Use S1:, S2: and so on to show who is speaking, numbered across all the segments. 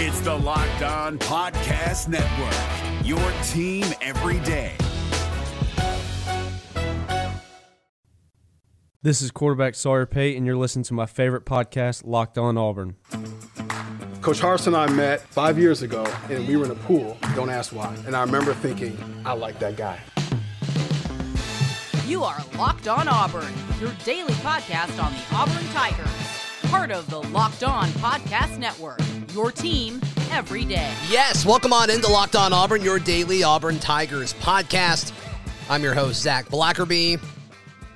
S1: It's the Locked On Podcast Network, your team every day.
S2: This is quarterback Sawyer Pate, and you're listening to my favorite podcast, Locked On Auburn.
S3: Coach Harris and I met five years ago, and we were in a pool. Don't ask why. And I remember thinking, I like that guy.
S4: You are Locked On Auburn, your daily podcast on the Auburn Tigers. Part of the Locked On Podcast Network, your team every day.
S5: Yes, welcome on into Locked On Auburn, your daily Auburn Tigers podcast. I'm your host, Zach Blackerby.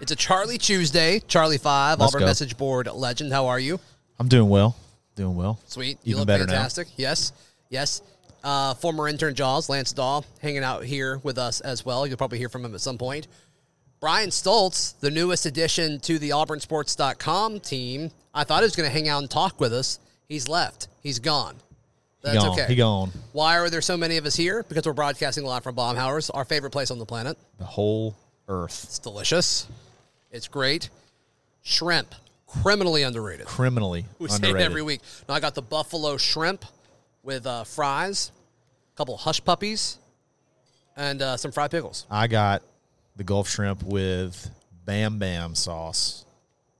S5: It's a Charlie Tuesday, Charlie 5,
S6: Let's
S5: Auburn
S6: go.
S5: message board legend. How are you?
S6: I'm doing well. Doing well.
S5: Sweet.
S6: Even
S5: you look
S6: better
S5: fantastic. Yes. Yes. Uh, former intern Jaws, Lance Dahl, hanging out here with us as well. You'll probably hear from him at some point. Brian Stoltz, the newest addition to the AuburnSports.com team. I thought he was going to hang out and talk with us. He's left. He's gone.
S6: now.
S5: That's
S6: he gone.
S5: okay.
S6: He gone.
S5: Why are there so many of us here? Because we're broadcasting live from Baumhauer's, our favorite place on the planet.
S6: The whole earth.
S5: It's delicious. It's great. Shrimp, criminally underrated.
S6: Criminally
S5: We
S6: underrated.
S5: say it every week. Now I got the buffalo shrimp with uh, fries, a couple hush puppies, and uh, some fried pickles.
S6: I got the Gulf shrimp with Bam Bam sauce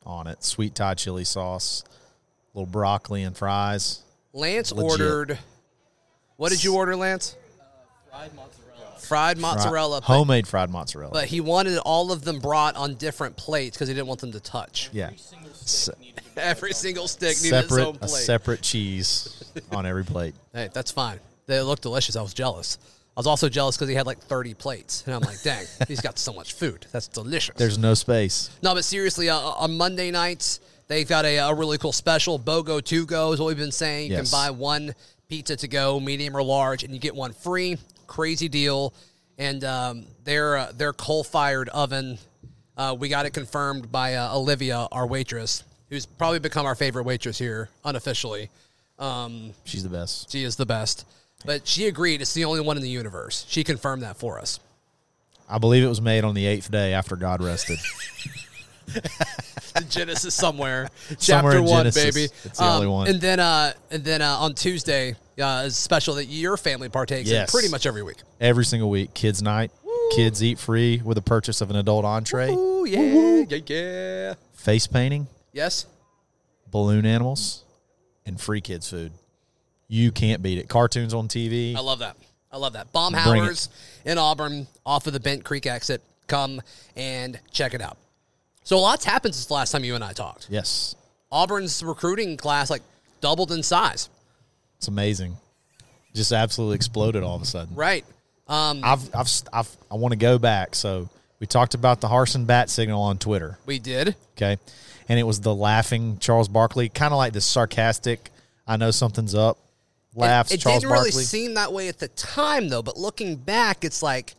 S6: on it, sweet Thai chili sauce, little broccoli and fries.
S5: Lance
S6: Legit.
S5: ordered. What did you order, Lance? fried
S6: Fri-
S5: mozzarella. Fried mozzarella. but-
S6: homemade fried mozzarella.
S5: But he wanted all of them brought on different plates because he didn't want them to touch.
S6: yeah, Se-
S5: Every single stick needed its own
S6: separate a
S5: plate.
S6: separate cheese on every plate.
S5: Hey, that's fine. They looked delicious. I was jealous. I was also jealous because he had like 30 plates. And I'm like, dang, he's got so much food. That's delicious.
S6: There's no space.
S5: no, but seriously, uh, on Monday nights, they've got a, a really cool special. BOGO to go is what we've been saying. You
S6: Yes.
S5: can buy one pizza to go, medium or large, and you get one free. Crazy deal. And um, their, uh, their coal fired oven, uh, we got it confirmed by uh, Olivia, our waitress, who's probably become our favorite waitress here unofficially. Um,
S6: She's the best.
S5: she is the best. But she agreed it's the only one in the universe. She confirmed that for us.
S6: I believe it was made on the eighth day after God rested.
S5: The Genesis somewhere.
S6: Somewhere
S5: Chapter
S6: in
S5: one,
S6: Genesis.
S5: baby.
S6: It's the only one.
S5: And then uh and then uh, on Tuesday, uh is a special that your family partakes
S6: Yes.
S5: in pretty much every week.
S6: every single week. Kids night, kids eat free with a purchase of an adult entree,
S5: Ooh, yeah, yeah, yeah.
S6: face painting,
S5: Yes?
S6: balloon animals, and free kids food. You can't beat it. Cartoons on TV.
S5: I love that. I love that. Bomb
S6: Bring it.
S5: Hours in Auburn off of the Bent Creek exit. Come and check it out. So a lot's happened since the last time you and I talked.
S6: yes,
S5: Auburn's recruiting class like doubled in size.
S6: it's amazing. Just absolutely exploded all of a sudden.
S5: Right. Um
S6: I've, I've, I've, I want to go back. So we talked about the Harson bat signal on Twitter.
S5: We did.
S6: Okay. And it was the laughing Charles Barkley, kind of like this sarcastic, I know something's up, laughs
S5: it
S6: Charles
S5: didn't
S6: Barkley.
S5: really seem that way at the time, though. But looking back, it's like,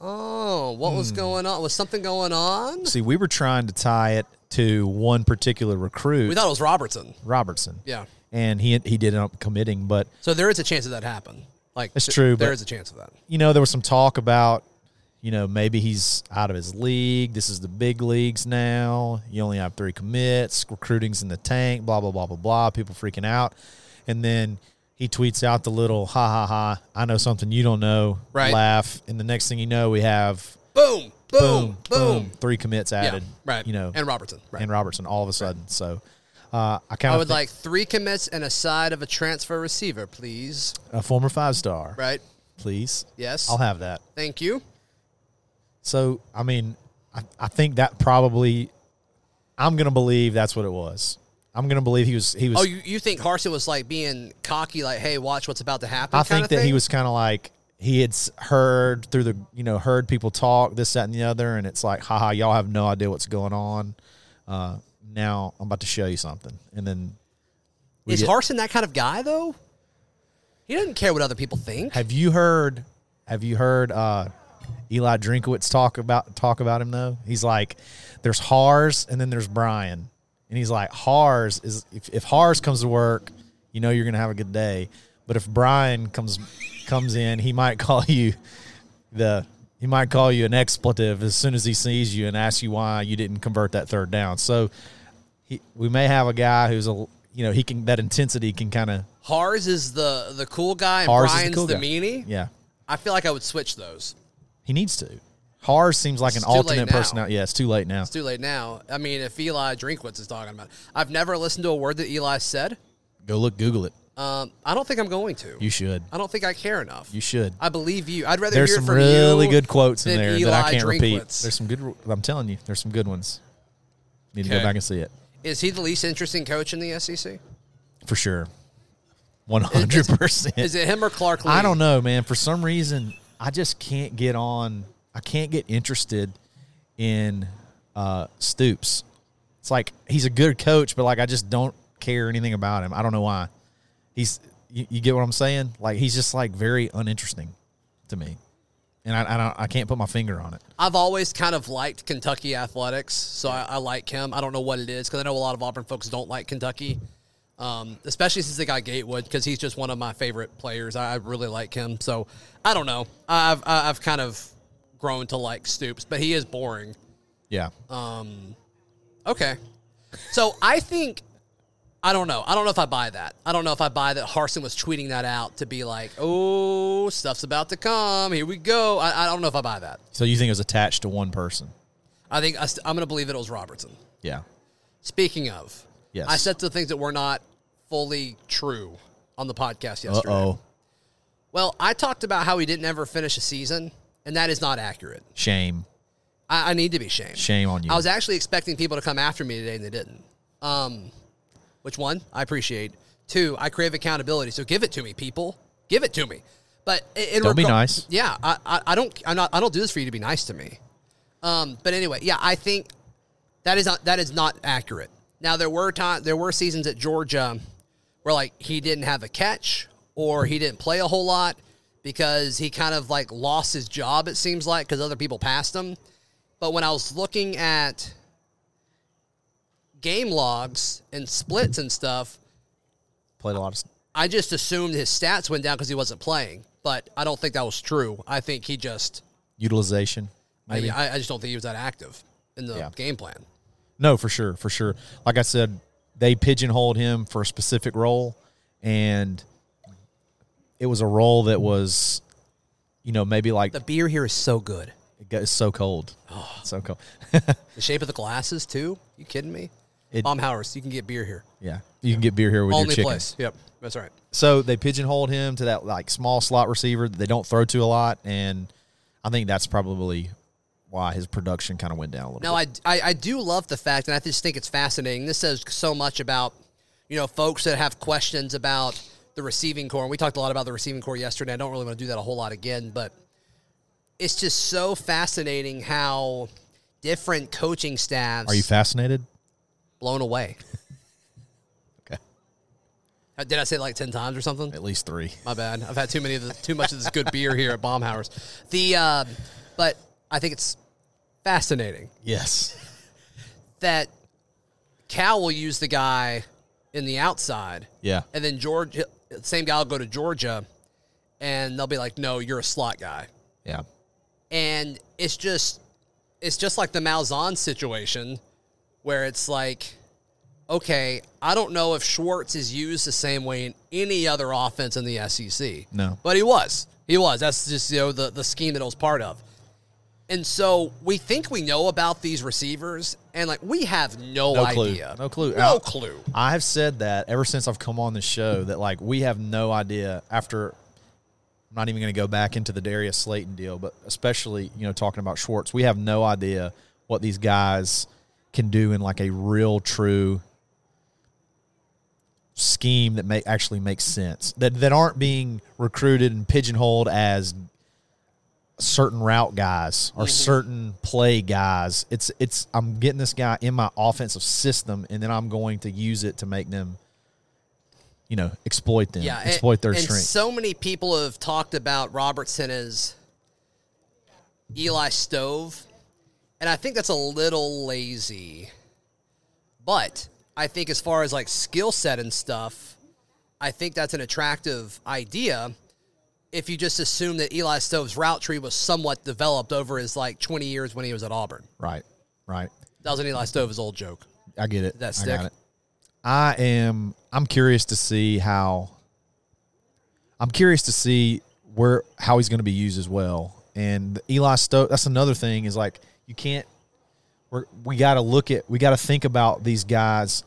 S5: oh, what
S6: Hmm.
S5: was going on? Was something going on?
S6: See, we were trying to tie it to one particular recruit.
S5: We thought it was Robertson.
S6: Robertson.
S5: Yeah.
S6: And he he did end up committing, but
S5: So there is a chance of that happened. Like
S6: It's
S5: th-
S6: true,
S5: There
S6: but-
S5: is a chance of that.
S6: you know there was some talk about you know maybe he's out of his league. This is the big leagues now. You only have three commits. Recruiting's in the tank. Blah blah blah blah blah. People freaking out, and then he tweets out the little ha ha ha. I know something you don't know.
S5: Right.
S6: Laugh, and the next thing you know, we have
S5: Boom! Boom!
S6: boom
S5: Boom!
S6: three commits added.
S5: Yeah, right.
S6: You know,
S5: and Robertson. Right.
S6: and Robertson all of a sudden. So uh, I kind
S5: I
S6: of
S5: would like three commits and a side of a transfer receiver, please.
S6: a former five star.
S5: Right.
S6: please.
S5: Yes.
S6: I'll have that.
S5: Thank you.
S6: So, I mean, I, I think that probably, I'm going to believe that's what it was. I'm going to believe he was, he was,
S5: Oh, you, you think Harson was like being cocky, like, "Hey, watch what's about to happen."
S6: I
S5: kinda
S6: think that he
S5: thing?
S6: was kind of like, he had s- heard through the, you know, heard people talk this, that, and the other. And it's like, haha, y'all have no idea what's going on. Uh, now I'm about to show you something. And then, we
S5: Is
S6: get-
S5: Harson that kind of guy though? He doesn't care what other people think.
S6: have you heard, have you heard, uh, Eli Drinkowitz talk about talk about him though. He's like, there's Hars and then there's Brian, and he's like, Hars is if, if Hars comes to work, you know you're gonna have a good day, but if Brian comes comes in, he might call you the he might call you an expletive as soon as he sees you and asks you why you didn't convert that third down. So he, we may have a guy who's a you know he can that intensity can kind of
S5: Hars is the the cool guy, and
S6: Hars is the
S5: Brian's the,
S6: cool guy.
S5: meanie.
S6: yeah
S5: I feel like I would switch those.
S6: he needs to. Hars seems like an
S5: It's too late
S6: alternate
S5: now.
S6: personality. Yeah, it's too late now.
S5: It's too late now. I mean, if Eli Drinkwitz is talking about, it. I've never listened to a word that Eli said.
S6: Go look, Google it.
S5: Um, I don't think I'm going to.
S6: You should.
S5: I don't think I care enough.
S6: You should.
S5: I believe you. I'd rather
S6: There's
S5: hear
S6: some
S5: from
S6: really
S5: you
S6: good quotes in
S5: than
S6: there
S5: Eli
S6: that I can't repeat.
S5: Drinkwitz.
S6: There's some good. I'm telling you, there's some good ones. Need to
S5: Okay.
S6: go back and see it
S5: Is he the least interesting coach in the E SEC?
S6: for sure. One hundred
S5: Is
S6: percent.
S5: it him or Clark Lee?
S6: I don't know, man. For some reason, I just can't get on. I can't get interested in uh, Stoops. It's like he's a good coach, but like I just don't care anything about him. I don't know why. He's you, you get what I'm saying? Like he's just like very uninteresting to me, and I I, don't, I can't put my finger on it.
S5: I've always kind of liked Kentucky athletics, so I, I like him. I don't know what it is because I know a lot of Auburn folks don't like Kentucky, um, especially since they got Gatewood because he's just one of my favorite players. I, I really like him, so I don't know. I've I- I've kind of grown to like Stoops, but he is boring.
S6: Yeah.
S5: Okay, so I think I don't know. I don't know if I buy that. I don't know if I buy that. Harson was tweeting that out to be like, "Oh, stuff's about to come. Here we go." I, I don't know if I buy that.
S6: So you think it was attached to one person?
S5: I think I st- I'm going to believe that it was Robertson.
S6: Yeah.
S5: Speaking of,
S6: Yes.
S5: I said some things that were not fully true on the podcast
S6: Uh
S5: yesterday.
S6: oh,
S5: Well, I talked about how he didn't ever finish a season, and that is not accurate.
S6: shame.
S5: I, I need to be shamed.
S6: Shame on you.
S5: I was actually expecting people to come after me today, and they didn't. Um, which one I appreciate. Two, I crave accountability, so give it to me, people. Give it to me. But i- in
S6: Don't be
S5: regar-
S6: nice.
S5: Yeah, I, I, I don't. I'm not. I don't do this for you to be nice to me. Um, but anyway, yeah, I think that is not that is not accurate. Now there were time there were seasons at Georgia where like he didn't have a catch or he didn't play a whole lot because he kind of like lost his job it seems like because other people passed him. But when I was looking at game logs and splits and stuff,
S6: Played a lot of.
S5: I just assumed his stats went down because he wasn't playing. But I don't think that was true. I think he just
S6: utilization. Maybe
S5: I, I just don't think he was that active in the
S6: Yeah.
S5: game plan.
S6: no, for sure, for sure. Like I said, they pigeonholed him for a specific role, and it was a role that was, you know, maybe like
S5: The beer here is so good.
S6: it got- it's so cold, so cold.
S5: The shape of the glasses too. You kidding me?
S6: It-
S5: Mom Howard's. You can get beer here.
S6: yeah, you can get beer here with your
S5: Only
S6: chicken.
S5: place. Yep, that's right.
S6: So they pigeonholed him to that like small slot receiver that they don't throw to a lot, and I think that's probably why his production kind of went down a little.
S5: Now
S6: bit.
S5: I, I I do love the fact, and I just think it's fascinating. This says so much about you know folks that have questions about the receiving core. And we talked a lot about the receiving core yesterday. I don't really want to do that a whole lot again, but it's just so fascinating how different coaching staffs
S6: Are you fascinated?
S5: blown away.
S6: Okay,
S5: Uh, Did I say it like ten times or something?
S6: at least three.
S5: My bad. I've had too many of the, too much of this good beer here at Baumhauer's. The um, but I think it's fascinating
S6: Yes.
S5: that Cal will use the guy in the outside,
S6: Yeah.
S5: and then Georgia, same guy will go to Georgia, and they'll be like, "No, you're a slot guy,"
S6: Yeah.
S5: and it's just it's just like the Malzahn situation where it's like. Okay, I don't know if Schwartz is used the same way in any other offense in the SEC.
S6: No.
S5: But he was. He was. That's just you know the, the scheme that it was part of. And so we think we know about these receivers, and like we have no,
S6: No clue.
S5: idea.
S6: No clue.
S5: No
S6: I-
S5: clue.
S6: I have said that ever since I've come on the show that like we have no idea after I'm not even going to go back into the Darius Slayton deal, but especially, you know, talking about Schwartz, we have no idea what these guys can do in like a real true scheme that may actually makes sense. That that aren't being recruited and pigeonholed as certain route guys
S5: Mm-hmm.
S6: or certain play guys. It's it's I'm getting this guy in my offensive system and then I'm going to use it to make them you know, exploit them,
S5: Yeah, and-
S6: exploit their
S5: and
S6: strengths.
S5: So many people have talked about Robertson as Eli Stove, and I think that's a little lazy. But I think as far as like skill set and stuff, I think that's an attractive idea. If you just assume that Eli Stove's route tree was somewhat developed over his like 20 years when he was at Auburn,
S6: Right, right.
S5: that was an Eli Stove's old joke.
S6: I get it.
S5: That
S6: I got
S5: stick?
S6: it. I am I'm curious to see how I'm curious to see where how he's going to be used as well. And Eli Stokes, that's another thing is like you can't we're, we got to look at we got to think about these guys.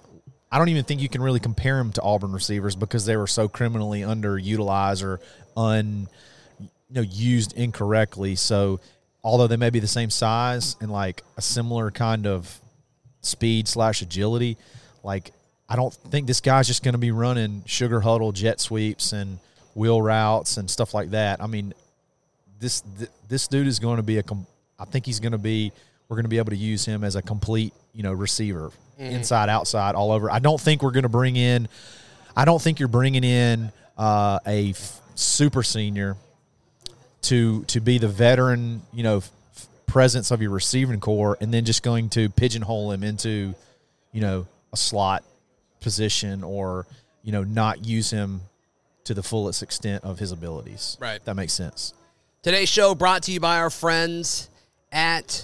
S6: I don't even think you can really compare them to Auburn receivers because they were so criminally underutilized or un you know used incorrectly. So although they may be the same size and like a similar kind of speed slash agility, like I don't think this guy's just going to be running sugar huddle jet sweeps and wheel routes and stuff like that. I mean, this th- this dude is going to be a. Com- I think he's going to be. We're going to be able to use him as a complete, you know, receiver, inside, outside, all over. I don't think we're going to bring in. I don't think you're bringing in uh, a f- super senior to to be the veteran, you know, f- presence of your receiving core, and then just going to pigeonhole him into, you know, a slot position or you know not use him to the fullest extent of his abilities.
S5: Right.
S6: If that makes sense.
S5: Today's show brought to you by our friends at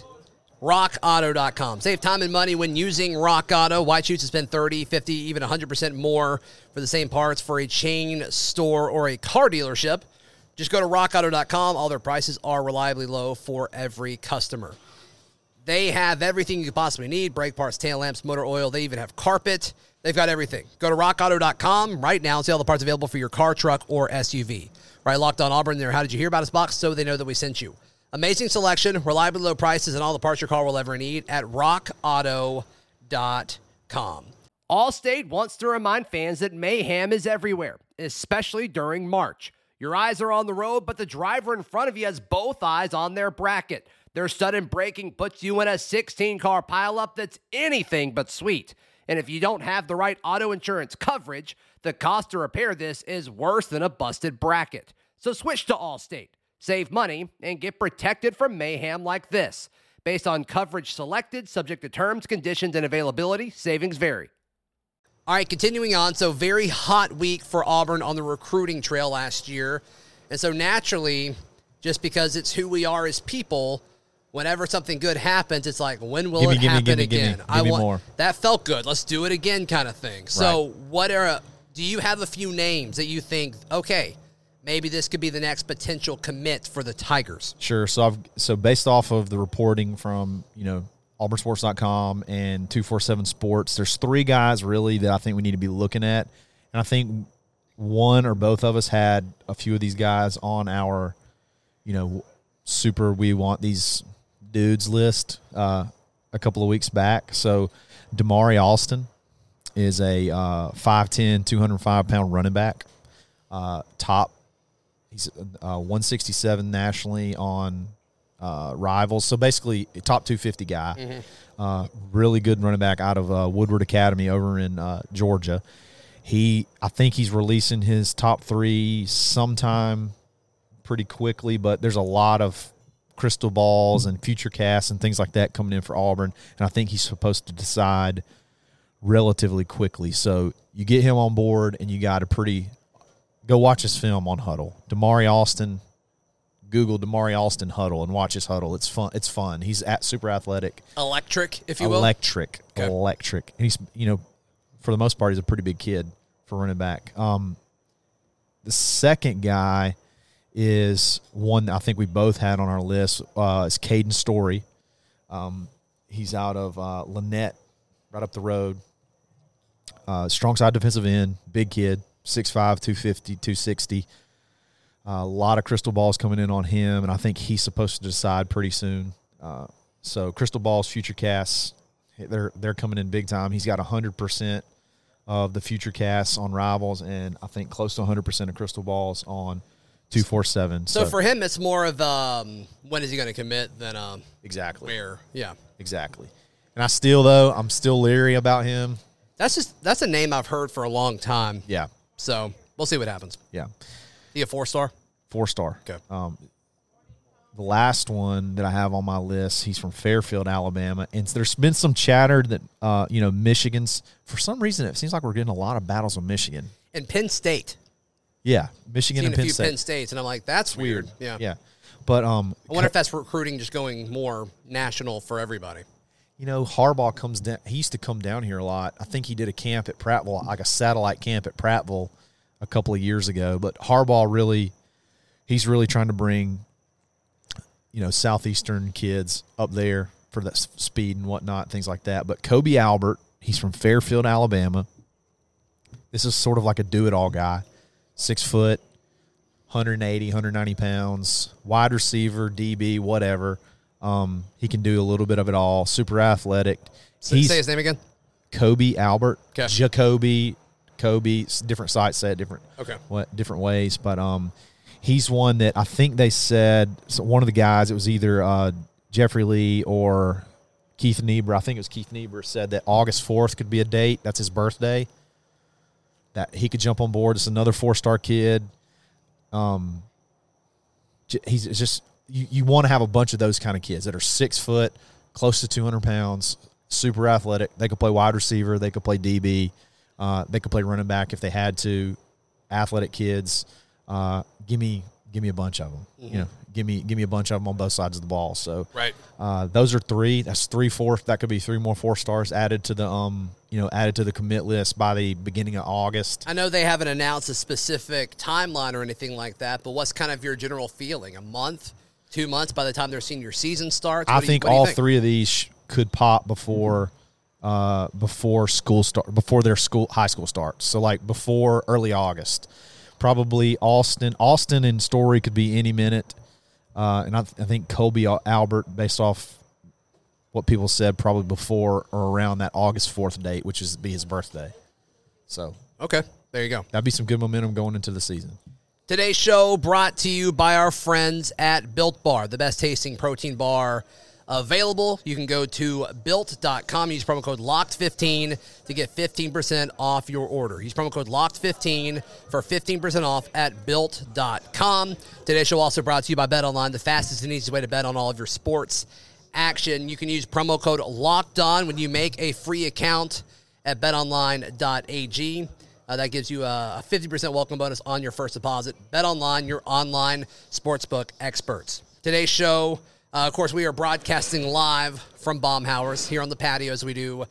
S5: rockauto.com. Save time and money when using Rock Auto. Why choose to spend 30, 50, even 100% more for the same parts for a chain store or a car dealership? Just go to rockauto.com. All their prices are reliably low for every customer. They have everything you could possibly need brake parts, tail lamps, motor oil. They even have carpet. They've got everything. Go to rockauto.com right now and see all the parts available for your car, truck, or SUV. Right, Locked On Auburn, there. How did you hear about us box? So they know that we sent you. Amazing selection, reliably low prices, and all the parts your car will ever need at rockauto.com.
S7: Allstate wants to remind fans that mayhem is everywhere, especially during March. Your eyes are on the road, but the driver in front of you has both eyes on their bracket. Their sudden braking puts you in a 16 car pileup that's anything but sweet. And if you don't have the right auto insurance coverage, the cost to repair this is worse than a busted bracket. So switch to Allstate, save money, and get protected from mayhem like this. Based on coverage selected, subject to terms, conditions, and availability, savings vary.
S5: All right, continuing on. So, very hot week for Auburn on the recruiting trail last year. And so, naturally, just because it's who we are as people, whenever something good happens, it's like, when will
S6: Gimme,
S5: it
S6: gimme,
S5: happen
S6: gimme, gimme.
S5: again? I
S6: Give me
S5: want
S6: more.
S5: that felt good. Let's do it again, kind of thing. So, what are do you have a few names that you think, okay, maybe this could be the next potential commit for the Tigers?
S6: Sure. So I've so based off of the reporting from, you know, auburnsports.com and 247 sports, there's three guys really that I think we need to be looking at. And I think one or both of us had a few of these guys on our, you know, super we want these dudes list uh, a couple of weeks back. So Damari Alston is a uh, 5'10", 205 pound running back, uh, top He's uh, 167 nationally on uh, rivals. So basically, a top 250 guy. Uh, really good running back out of uh, Woodward Academy over in uh, Georgia. He, I think he's releasing his top three sometime pretty quickly, but there's a lot of crystal balls and future casts and things like that coming in for Auburn. And I think he's supposed to decide relatively quickly. So you get him on board and you got a pretty go watch his film on Huddle. Damari Austin, Google Damari Austin Huddle and watch his Huddle. It's fun. It's fun. He's at super athletic,
S5: Electric, if you will.
S6: electric,
S5: Okay.
S6: electric, and he's you know, for the most part, he's a pretty big kid for running back. Um, the second guy is one that I think we both had on our list. Uh, is Caden Story. Um, he's out of uh, Lynette, right up the road. Uh, strong side defensive end, big kid, 6'5", 250, 260. Uh, a lot of crystal balls coming in on him, and I think he's supposed to decide pretty soon. Uh, so crystal balls, future casts, they're they're coming in big time. He's got hundred percent of the future casts on rivals, and I think close to hundred percent of crystal balls on two four seven.
S5: So, for him, it's more of um, when is he going to commit than um,
S6: exactly
S5: where. Yeah.
S6: exactly, and I still though I'm still leery about him.
S5: That's just that's a name I've heard for a long time.
S6: Yeah,
S5: So we'll see what happens.
S6: yeah,
S5: He a four star.
S6: four star.
S5: Okay.
S6: Um, the last one that I have on my list, he's from Fairfield, Alabama, and there's been some chatter that uh, you know Michigan's for some reason it seems like we're getting a lot of battles with Michigan.
S5: And Penn State.
S6: Yeah, Michigan
S5: Seen
S6: and
S5: a
S6: Penn
S5: few
S6: State.
S5: Penn States, and I'm like, that's weird. Yeah.
S6: yeah, but um,
S5: I wonder if that's recruiting just going more national for everybody.
S6: you know, Harbaugh comes down. He used to come down here a lot. I think he did a camp at Prattville, like a satellite camp at Prattville, a couple of years ago. But Harbaugh really, he's really trying to bring, you know, southeastern kids up there for that s- speed and whatnot, things like that. But Kobe Albert, he's from Fairfield, Alabama. This is sort of like a do-it-all guy, six foot, 180, 190 pounds, wide receiver, DB, whatever. Um, he can do a little bit of it all. Super athletic.
S5: Say, say his name again.
S6: Kobe Albert,
S5: Okay.
S6: Jacoby, Kobe. s- Different sites said different.
S5: Okay.
S6: What different ways? But um, he's one that I think they said so one of the guys. It was either uh, Jeffrey Lee or Keith Niebuhr. I think it was Keith Niebuhr said that August fourth could be a date. That's his birthday. That he could jump on board. It's another four star kid. Um, j- he's it's just you. You want to have a bunch of those kind of kids that are six foot, close to two hundred pounds, super athletic. They could play wide receiver. They could play DB. Uh, they could play running back if they had to. Athletic kids. Uh, give me give me a bunch of them. You know, give me give me a bunch of them on both sides of the ball. So
S5: Right.
S6: uh, those are three. That's three fourth. That could be three more four stars added to the um you know added to the commit list by the beginning of August.
S5: I know they haven't announced a specific timeline or anything like that, but what's kind of your general feeling? A month, two months by the time their senior season starts?
S6: I
S5: What do you-
S6: think
S5: what do you
S6: all three of these sh- could pop before uh, before school start before their school high school starts. So like before early August, probably Austin. Austin and Story could be any minute, uh, and I, th- I think Kobe Al- Albert, based off what people said, probably before or around that August fourth date, which is be his birthday. So
S5: Okay, there you go.
S6: that'd be some good momentum going into the season.
S5: Today's show brought to you by our friends at Built Bar, the best tasting protein bar available. You can go to built.com, use promo code LOCKED15 to get 15% off your order. Use promo code LOCKED15 for 15% off at built.com. Today's show also brought to you by Bet Online, the fastest and easiest way to bet on all of your sports action. You can use promo code LOCKED ON when you make a free account at betonline.ag. Uh, that gives you a 50% welcome bonus on your first deposit. Bet online, your online sportsbook experts. Today's show, uh, of course, we are broadcasting live from Baumhauer's here on the patio as we do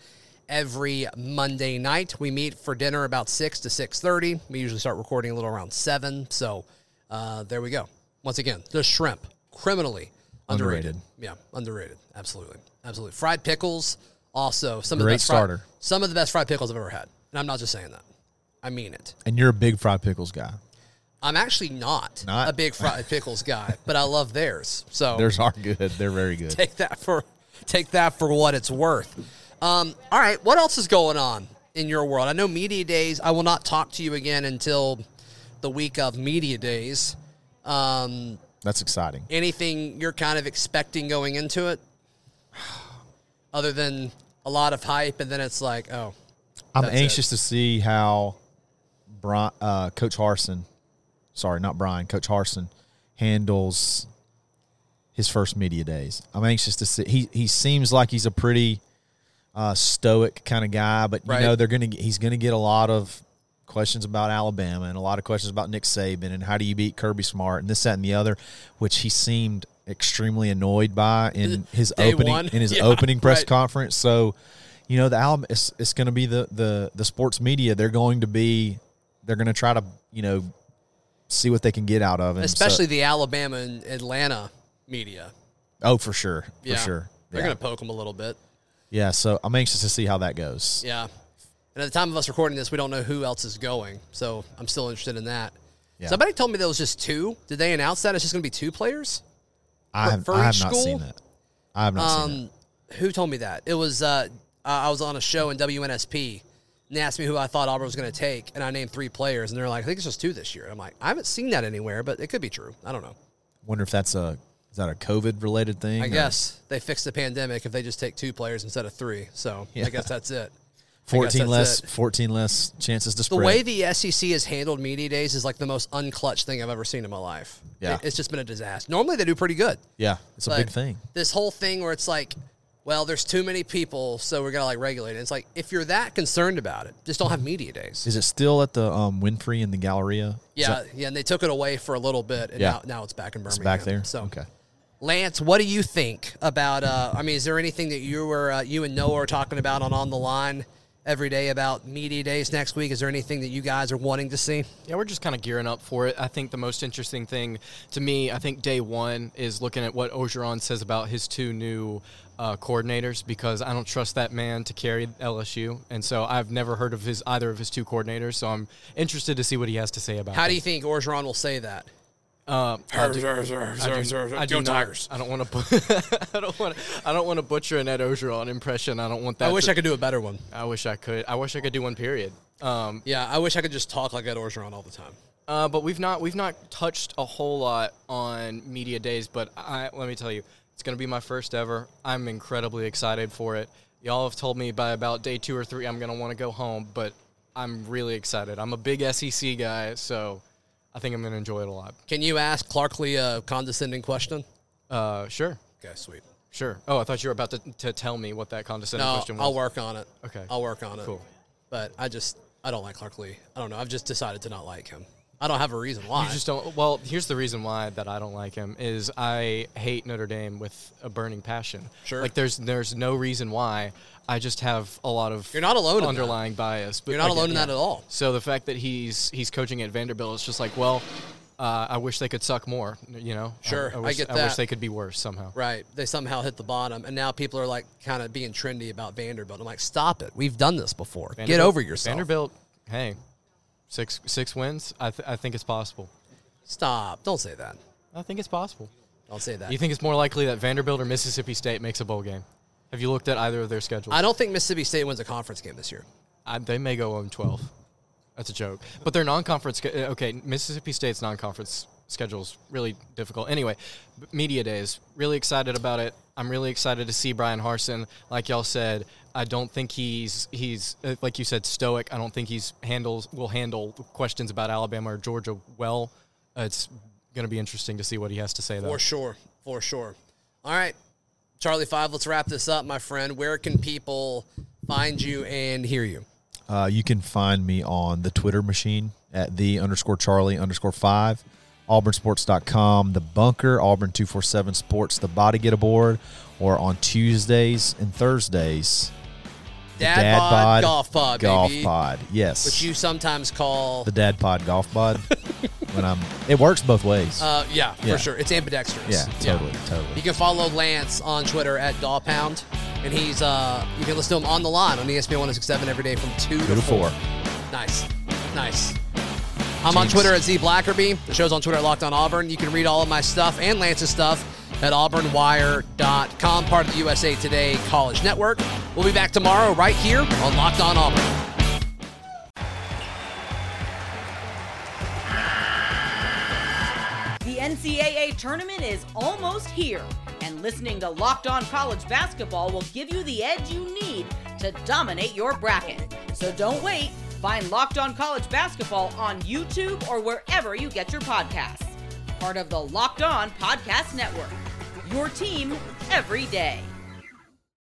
S5: every Monday night. We meet for dinner about 6 to 6.30. We usually start recording a little around 7. So uh, there we go. Once again, the shrimp, criminally underrated.
S6: Underrated.
S5: Yeah, underrated. Absolutely. Absolutely. Fried pickles, also some
S6: Great
S5: of the best fried-
S6: starter.
S5: some of the best fried pickles I've ever had. And I'm not just saying that. I mean it.
S6: And you're a big fried pickles guy.
S5: I'm actually not,
S6: Not?
S5: a big fried pickles guy, but I love theirs. So
S6: Theirs are good. They're very good.
S5: take that for take that for what it's worth. Um, all right, what else is going on in your world? I know media days. I will not talk to you again until the week of media days. Um,
S6: That's exciting.
S5: anything you're kind of expecting going into it, other than a lot of hype, and then it's like, oh,
S6: I'm
S5: That's
S6: anxious to see how Bri uh, Coach Harson, sorry, not Brian, Coach Harson handles his first media days. I'm anxious to see. He he seems like he's a pretty uh, stoic kind of guy, but you
S5: Right.
S6: know they're gonna get- he's gonna get a lot of questions about Alabama and a lot of questions about Nick Saban and how do you beat Kirby Smart and this that and the other, which he seemed extremely annoyed by in his
S5: Day
S6: opening
S5: one.
S6: in his
S5: Yeah,
S6: opening press
S5: right.
S6: conference conference. So, you know, the album it's, it's going to be the, the the sports media. They're going to be they're going to try to you know see what they can get out of him. So-
S5: especially the Alabama and Atlanta media.
S6: oh, for sure, for
S5: yeah,
S6: sure.
S5: they're
S6: yeah.
S5: gonna poke them a little bit.
S6: yeah. So I'm anxious to see how that goes.
S5: Yeah, and at the time of us recording this, we don't know who else is going, so I'm still interested in that.
S6: Yeah.
S5: Somebody told me there was just two. Did they announce that it's just gonna be two players?
S6: I have,
S5: for
S6: I have
S5: each
S6: not
S5: school? Um,
S6: seen that. I have not seen that.
S5: Who told me that? It was uh, I I was on a show in WNSP. And they asked me who I thought Auburn was going to take, and I named three players, and they're like, "I think it's just two this year." And I'm like, "I haven't seen that anywhere, but it could be true. I don't know.
S6: Wonder if that's a is that a COVID related thing?
S5: I
S6: or-
S5: guess they fixed the pandemic if they just take two players instead of three. So I
S6: Yeah.
S5: guess that's it. I guess
S6: fourteen
S5: that's
S6: less
S5: it.
S6: fourteen less chances to
S5: The
S6: spread.
S5: way the SEC has handled media days is like the most unclutch thing I've ever seen in my life.
S6: Yeah.
S5: It- it's just been a disaster. Normally they do pretty good.
S6: yeah, it's a
S5: but
S6: big thing.
S5: This whole thing where it's like, well, there's too many people, so we're gonna like regulate it. It's like if you're that concerned about it, just don't have media days.
S6: Is it still at the um, Winfrey and the Galleria? Is
S5: Yeah,
S6: that-
S5: yeah, and they took it away for a little bit, and
S6: Yeah.
S5: now, now it's back in Birmingham.
S6: back there?
S5: So
S6: Okay.
S5: Lance, what do you think about? Uh, I mean, is there anything that you were uh, you and Noah are talking about on on the line every day about media days next week? Is there anything that you guys are wanting to see?
S8: Yeah, we're just kind of gearing up for it. I think the most interesting thing to me, I think day one is looking at what Ogeron says about his two new uh, coordinators because I don't trust that man to carry LSU, and so I've never heard of his either of his two coordinators. So I'm interested to see what he has to say about.
S5: How do
S8: them.
S5: you think Orgeron will say that?
S8: Uh, I do- I do- I do
S9: Go
S8: not-
S9: Tigers.
S8: I don't want to. I don't want. I don't want to butcher an Ed Ogeron impression. I don't want that.
S5: I wish
S8: to-
S5: I could do a better one.
S8: I wish I could. I wish I could do one. Period. Um,
S5: Yeah, I wish I could just talk like that Orgeron all the time.
S8: Uh, but we've not we've not touched a whole lot on media days. But I, let me tell you, it's going to be my first ever. I'm incredibly excited for it. Y'all have told me by about day two or three, I'm going to want to go home. But I'm really excited. I'm a big SEC guy, so I think I'm going to enjoy it a lot.
S5: Can you ask Clarkley a condescending question?
S8: Uh, sure,
S5: Okay, sweet.
S8: sure. Oh, I thought you were about to, to tell me what that condescending
S5: No,
S8: question was.
S5: I'll work on it.
S8: Okay.
S5: I'll work on it.
S8: Cool.
S5: But I just I don't like Clark Lee. I don't know. I've just decided to not like him. I don't have a reason why.
S8: You just don't. Well, here's the reason why that I don't like him is I hate Notre Dame with a burning passion.
S5: Sure.
S8: Like there's there's no reason why. I just have a lot of
S5: You're not alone in that.
S8: underlying bias. But
S5: You're not
S8: again,
S5: alone in that at all.
S8: So the fact that he's he's coaching at Vanderbilt is just like well. Uh, I wish they could suck more, you know.
S5: Sure,
S8: I,
S5: I
S8: wish,
S5: get
S8: I wish
S5: that.
S8: they could be worse somehow.
S5: Right. They somehow hit the bottom, and now people are like kind of being trendy about Vanderbilt. I'm like, stop it. We've done this before. Get
S8: Vanderbilt-
S5: over yourself.
S8: Vanderbilt, hey, six six wins. I, th- I think it's possible.
S5: Stop. Don't say that.
S8: I think it's possible.
S5: Don't say that.
S8: You think it's more likely that Vanderbilt or Mississippi State makes a bowl game? Have you looked at either of their schedules?
S5: I don't think Mississippi State wins a conference game this year.
S8: I, they may go 0 12. That's a joke. But their non conference, okay, Mississippi State's non conference schedule's really difficult. Anyway, b- media days, really excited about it. I'm really excited to see Brian Harson. Like y'all said, I don't think he's he's uh, like you said stoic. I don't think he's handles will handle questions about Alabama or Georgia well. Uh, it's going to be interesting to see what he has to say though.
S5: For sure. For sure. All right. Charlie Five, let's wrap this up, my friend. Where can people find you and hear you?
S6: Uh, you can find me on the Twitter machine at the underscore Charlie underscore five, auburnsports.com, the bunker, Auburn247 Sports, the body get aboard, or on Tuesdays and Thursdays,
S5: Dad,
S6: Dad
S5: bod,
S6: Bod,
S5: golf pod,
S6: Golf
S5: baby.
S6: Pod. Yes.
S5: Which you sometimes call
S6: the Dad Pod Golf Pod. when I'm, it works both ways.
S5: Uh, yeah,
S6: Yeah.
S5: for sure. It's ambidextrous.
S6: yeah, totally, totally.
S5: You can follow Lance on Twitter at Doll Pound, and he's uh, you can listen to him on the line on E ESPN 106.7 every day from two,
S6: Go to four.
S5: Nice, nice. I'm on Twitter at Z Blackerby. The show's on Twitter at Locked On Auburn. You can read all of my stuff and Lance's stuff at auburnwire.com, part of the USA Today College Network. We'll be back tomorrow right here on Locked On Auburn.
S4: The NCAA tournament is almost here, and listening to Locked On College Basketball will give you the edge you need to dominate your bracket. So don't wait. Find Locked On College Basketball on YouTube or wherever you get your podcasts. Part of the Locked On Podcast Network. Your team every day.